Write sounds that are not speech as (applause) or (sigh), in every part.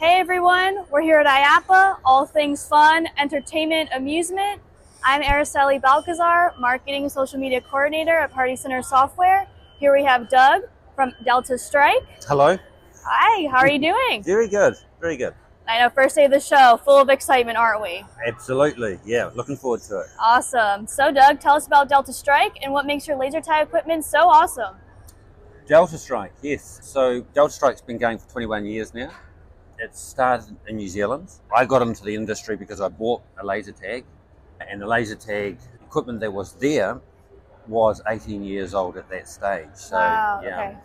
Hey everyone, we're here at IAPA, all things fun, entertainment, amusement. I'm Araceli Balcazar, Marketing and Social Media Coordinator at Party Center Software. Here we have Doug from Delta Strike. Hello. Hi, how are you doing? Very good. Very good. I know, first day of the show, full of excitement, aren't we? Absolutely. Yeah. Looking forward to it. Awesome. So, Doug, tell us about Delta Strike and what makes your laser tie equipment so awesome. Delta Strike. Yes. So Delta Strike's been going for 21 years now. It started in New Zealand. I got into the industry because I bought a laser tag, and the laser tag equipment that was there was 18 years old at that stage. So wow, yeah. okay.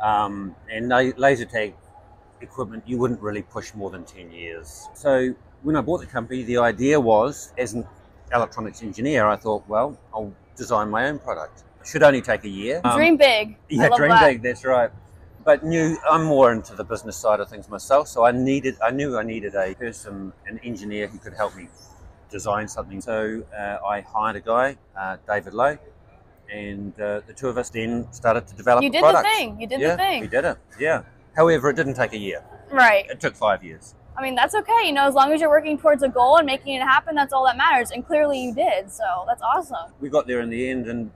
um, and la- laser tag equipment you wouldn't really push more than 10 years so when i bought the company the idea was as an electronics engineer i thought well i'll design my own product it should only take a year Um, dream big. I yeah love dream that. big that's right but knew i'm more into the business side of things myself so i needed i knew i needed a person an engineer who could help me design something so uh, i hired a guy uh, david lowe and uh, the two of us then started to develop You a did the product thing. You did yeah, the we thing. did it. Yeah. However, it didn't take a year. Right. It took five years. I mean, that's okay. You know, as long as you're working towards a goal and making it happen, that's all that matters. And clearly you did. So that's awesome. We got there in the end, and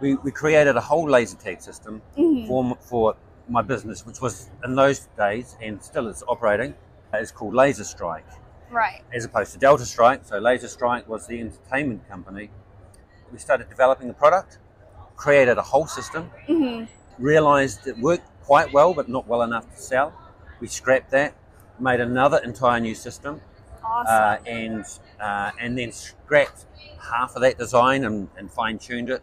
we, we created a whole laser tag system Mhm. for m- for my business, which was in those days and still is operating. uh, It's called Laser Strike, Right. as opposed to Delta Strike. So Laser Strike was the entertainment company. We started developing the product, created a whole system, hmm realized it worked quite well, but not well enough to sell. We scrapped that, made another entire new system. Awesome. uh, and uh, and then scrapped half of that design and, and fine tuned it.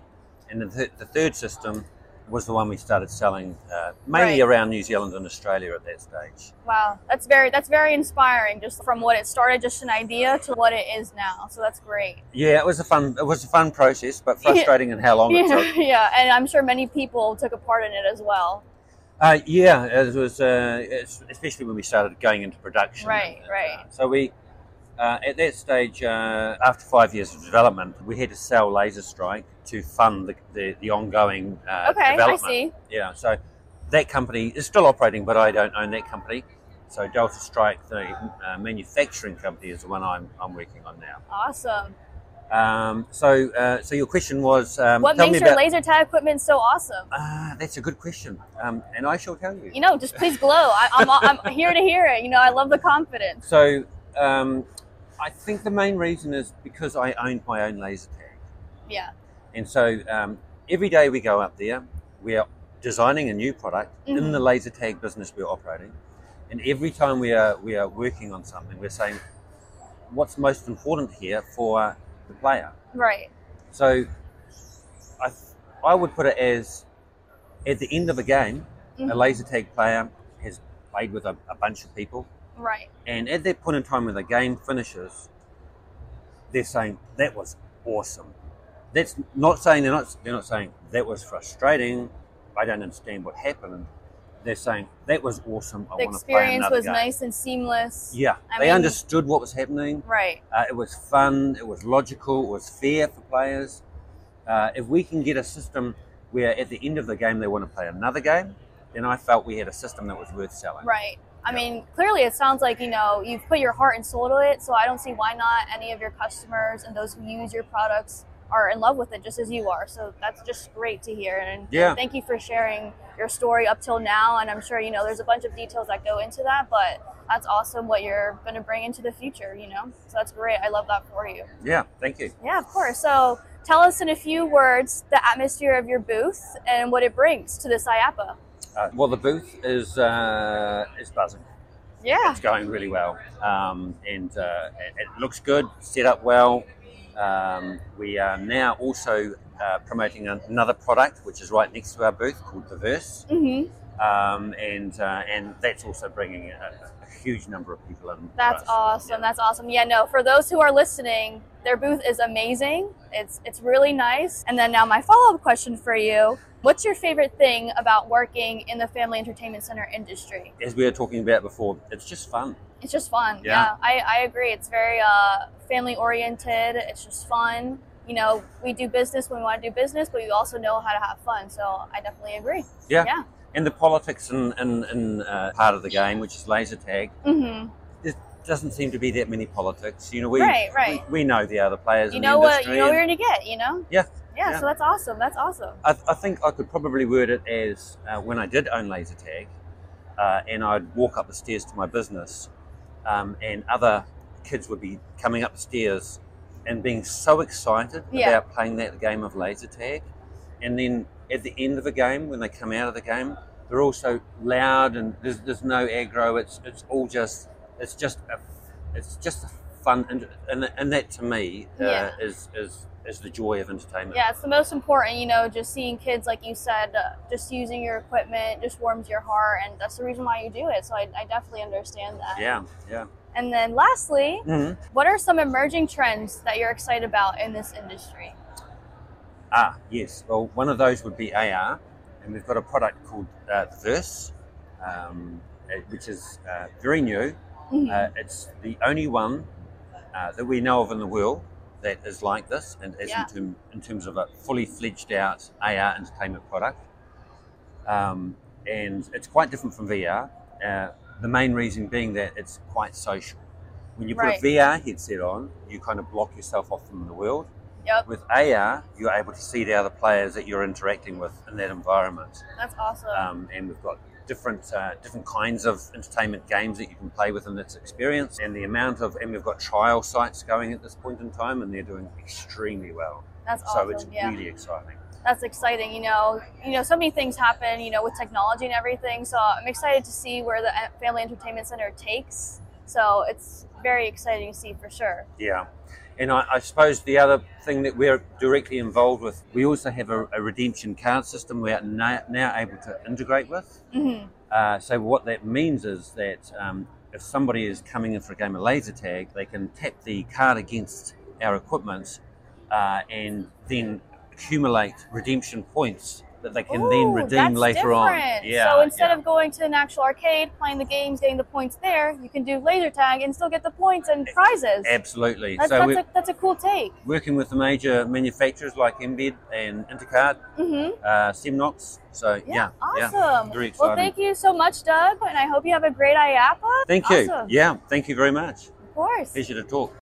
And the, th- the third system was the one we started selling uh, mainly Right. around New Zealand and Australia at that stage. wow. That's very that's very inspiring just from what it started just an idea to what it is now. So that's great. Yeah, it was a fun it was a fun process, but frustrating in how long it took. Yeah, (laughs) yeah, and I'm sure many people took a part in it as well. Uh, yeah, it was uh, es- especially when we started going into production. Right, And, right. Uh, so we, uh, at that stage, uh, after five years of development, we had to sell Laser Strike to fund the, the, the ongoing uh, okay, I development. see. Yeah, so that company is still operating, but I don't own that company. So Delta Strike, the uh, manufacturing company, is the one I'm, I'm working on now. Awesome. Um, so, uh, so your question was, um, what tell makes me your about. laser tag equipment so awesome? Ah, that's a good question, um, and I shall tell you. You know, just please glow. I, I'm, I'm here to hear it. You know, I love the confidence. So, um, I think the main reason is because I owned my own laser tag, Yeah. and so um, every day we go up there, we are designing a new product in Mhm. the laser tag business we're operating, and every time we are we are working on something, we're saying, what's most important here for the player? Right. So, I I would put it as at the end of a game, a Mhm. laser tag player has played with a, a bunch of people. Right. And at that point in time when the game finishes, they're saying that was awesome. That's not saying they're not they're not saying that was frustrating. I don't understand what happened. They're saying that was awesome. I The want to play experience another was game. nice and seamless. Yeah, I they mean- understood what was happening. Right. Uh, it was fun. It was logical. It was fair for players. Uh, if we can get a system where at the end of the game they want to play another game, then I felt we had a system that was worth selling. Right. I Yeah. mean, clearly it sounds like, you know, you've put your heart and soul to it, so I don't see why not any of your customers and those who use your products are in love with it just as you are. So that's just great to hear. And Yeah. thank you for sharing your story up till now. And I'm sure, you know, there's a bunch of details that go into that, but that's awesome what you're going to bring into the future, you know? So that's great. I love that for you. Yeah, thank you. Yeah, of course. So tell us in a few words the atmosphere of your booth and what it brings to this IAPA. Uh, well, the booth is uh, is buzzing. Yeah. It's going really well, um, and uh, it, it looks good, set up well. Um, we are now also uh, promoting an, another product, which is right next to our booth, called Diverse, Mm-hmm. um, and uh, and that's also bringing a, a huge number of people in. Uh, for That's us. awesome. That's awesome. Yeah, no, for those who are listening, their booth is amazing. It's it's really nice. And then now my follow-up question for you, what's your favorite thing about working in the family entertainment center industry? As we were talking about before, it's just fun. It's just fun. Yeah. I, I agree. It's very uh, family oriented. It's just fun. You know, we do business when we want to do business, but we also know how to have fun. So I definitely agree. Yeah. Yeah. And the politics in, in, in uh, part of the game, which is laser tag, hmm there doesn't seem to be that many politics. You know, we, Right, right. we, we know the other players You in know the what? industry. You know what and- you're gonna get. You know. Yeah, Yeah. yeah. So that's awesome. That's awesome. I, I think I could probably word it as uh, when I did own laser tag, uh, and I'd walk up the stairs to my business, um, and other kids would be coming up the stairs and being so excited Yeah. about playing that game of laser tag, and then at the end of a game when they come out of the game, they're all so loud and there's, there's no aggro. It's it's all just it's just a, it's just a fun and and, and that to me uh, Yeah. is is is the joy of entertainment. Yeah, it's the most important. You know, just seeing kids, like you said, uh, just using your equipment just warms your heart, and that's the reason why you do it. So I, I definitely understand that. Yeah, yeah. And then lastly, Mhm. what are some emerging trends that you're excited about in this industry? Ah, yes. Well, one of those would be AR, and we've got a product called uh, Verse, um, uh, which is uh, very new. Mhm. Uh, it's the only one uh, that we know of in the world that is like this, and is Yeah. in, term, in terms of a fully fledged out AR entertainment product. Um, and it's quite different from VR. Uh, the main reason being that it's quite social. When you put Right. a VR headset on, you kind of block yourself off from the world. Yep, With AR, you're able to see the other players that you're interacting with in that environment, that's awesome. um, and we've got different uh, different kinds of entertainment games that you can play within this experience. And the amount of and we've got trial sites going at this point in time, and they're doing extremely well. that's so awesome. it's yeah. really exciting. that's exciting. You know, you know, so many things happen. You know, with technology and everything. So I'm excited to see where the uh, Family Entertainment Center takes. So it's very exciting to see for sure. Yeah. And I, I suppose the other thing that we're directly involved with, we also have a, a redemption card system we are now, now able to integrate with. hmm Uh, so what that means is that um, if somebody is coming in for a game of laser tag, they can tap the card against our equipment uh, and then accumulate redemption points that they can then Ooh, redeem that's later different. on. Yeah. so instead yeah. of going to an actual arcade, playing the games, getting the points there, you can do laser tag and still get the points and prizes. absolutely, That's, so that's, we're a, that's a cool take. working with the major manufacturers like Embed and Intercard, hmm uh, Semnox. So yeah, Yeah, awesome. very well, exciting. thank you so much, Doug, and I hope you have a great IAPA. Thank you. Awesome. Yeah, thank you very much. Of course. Pleasure to talk.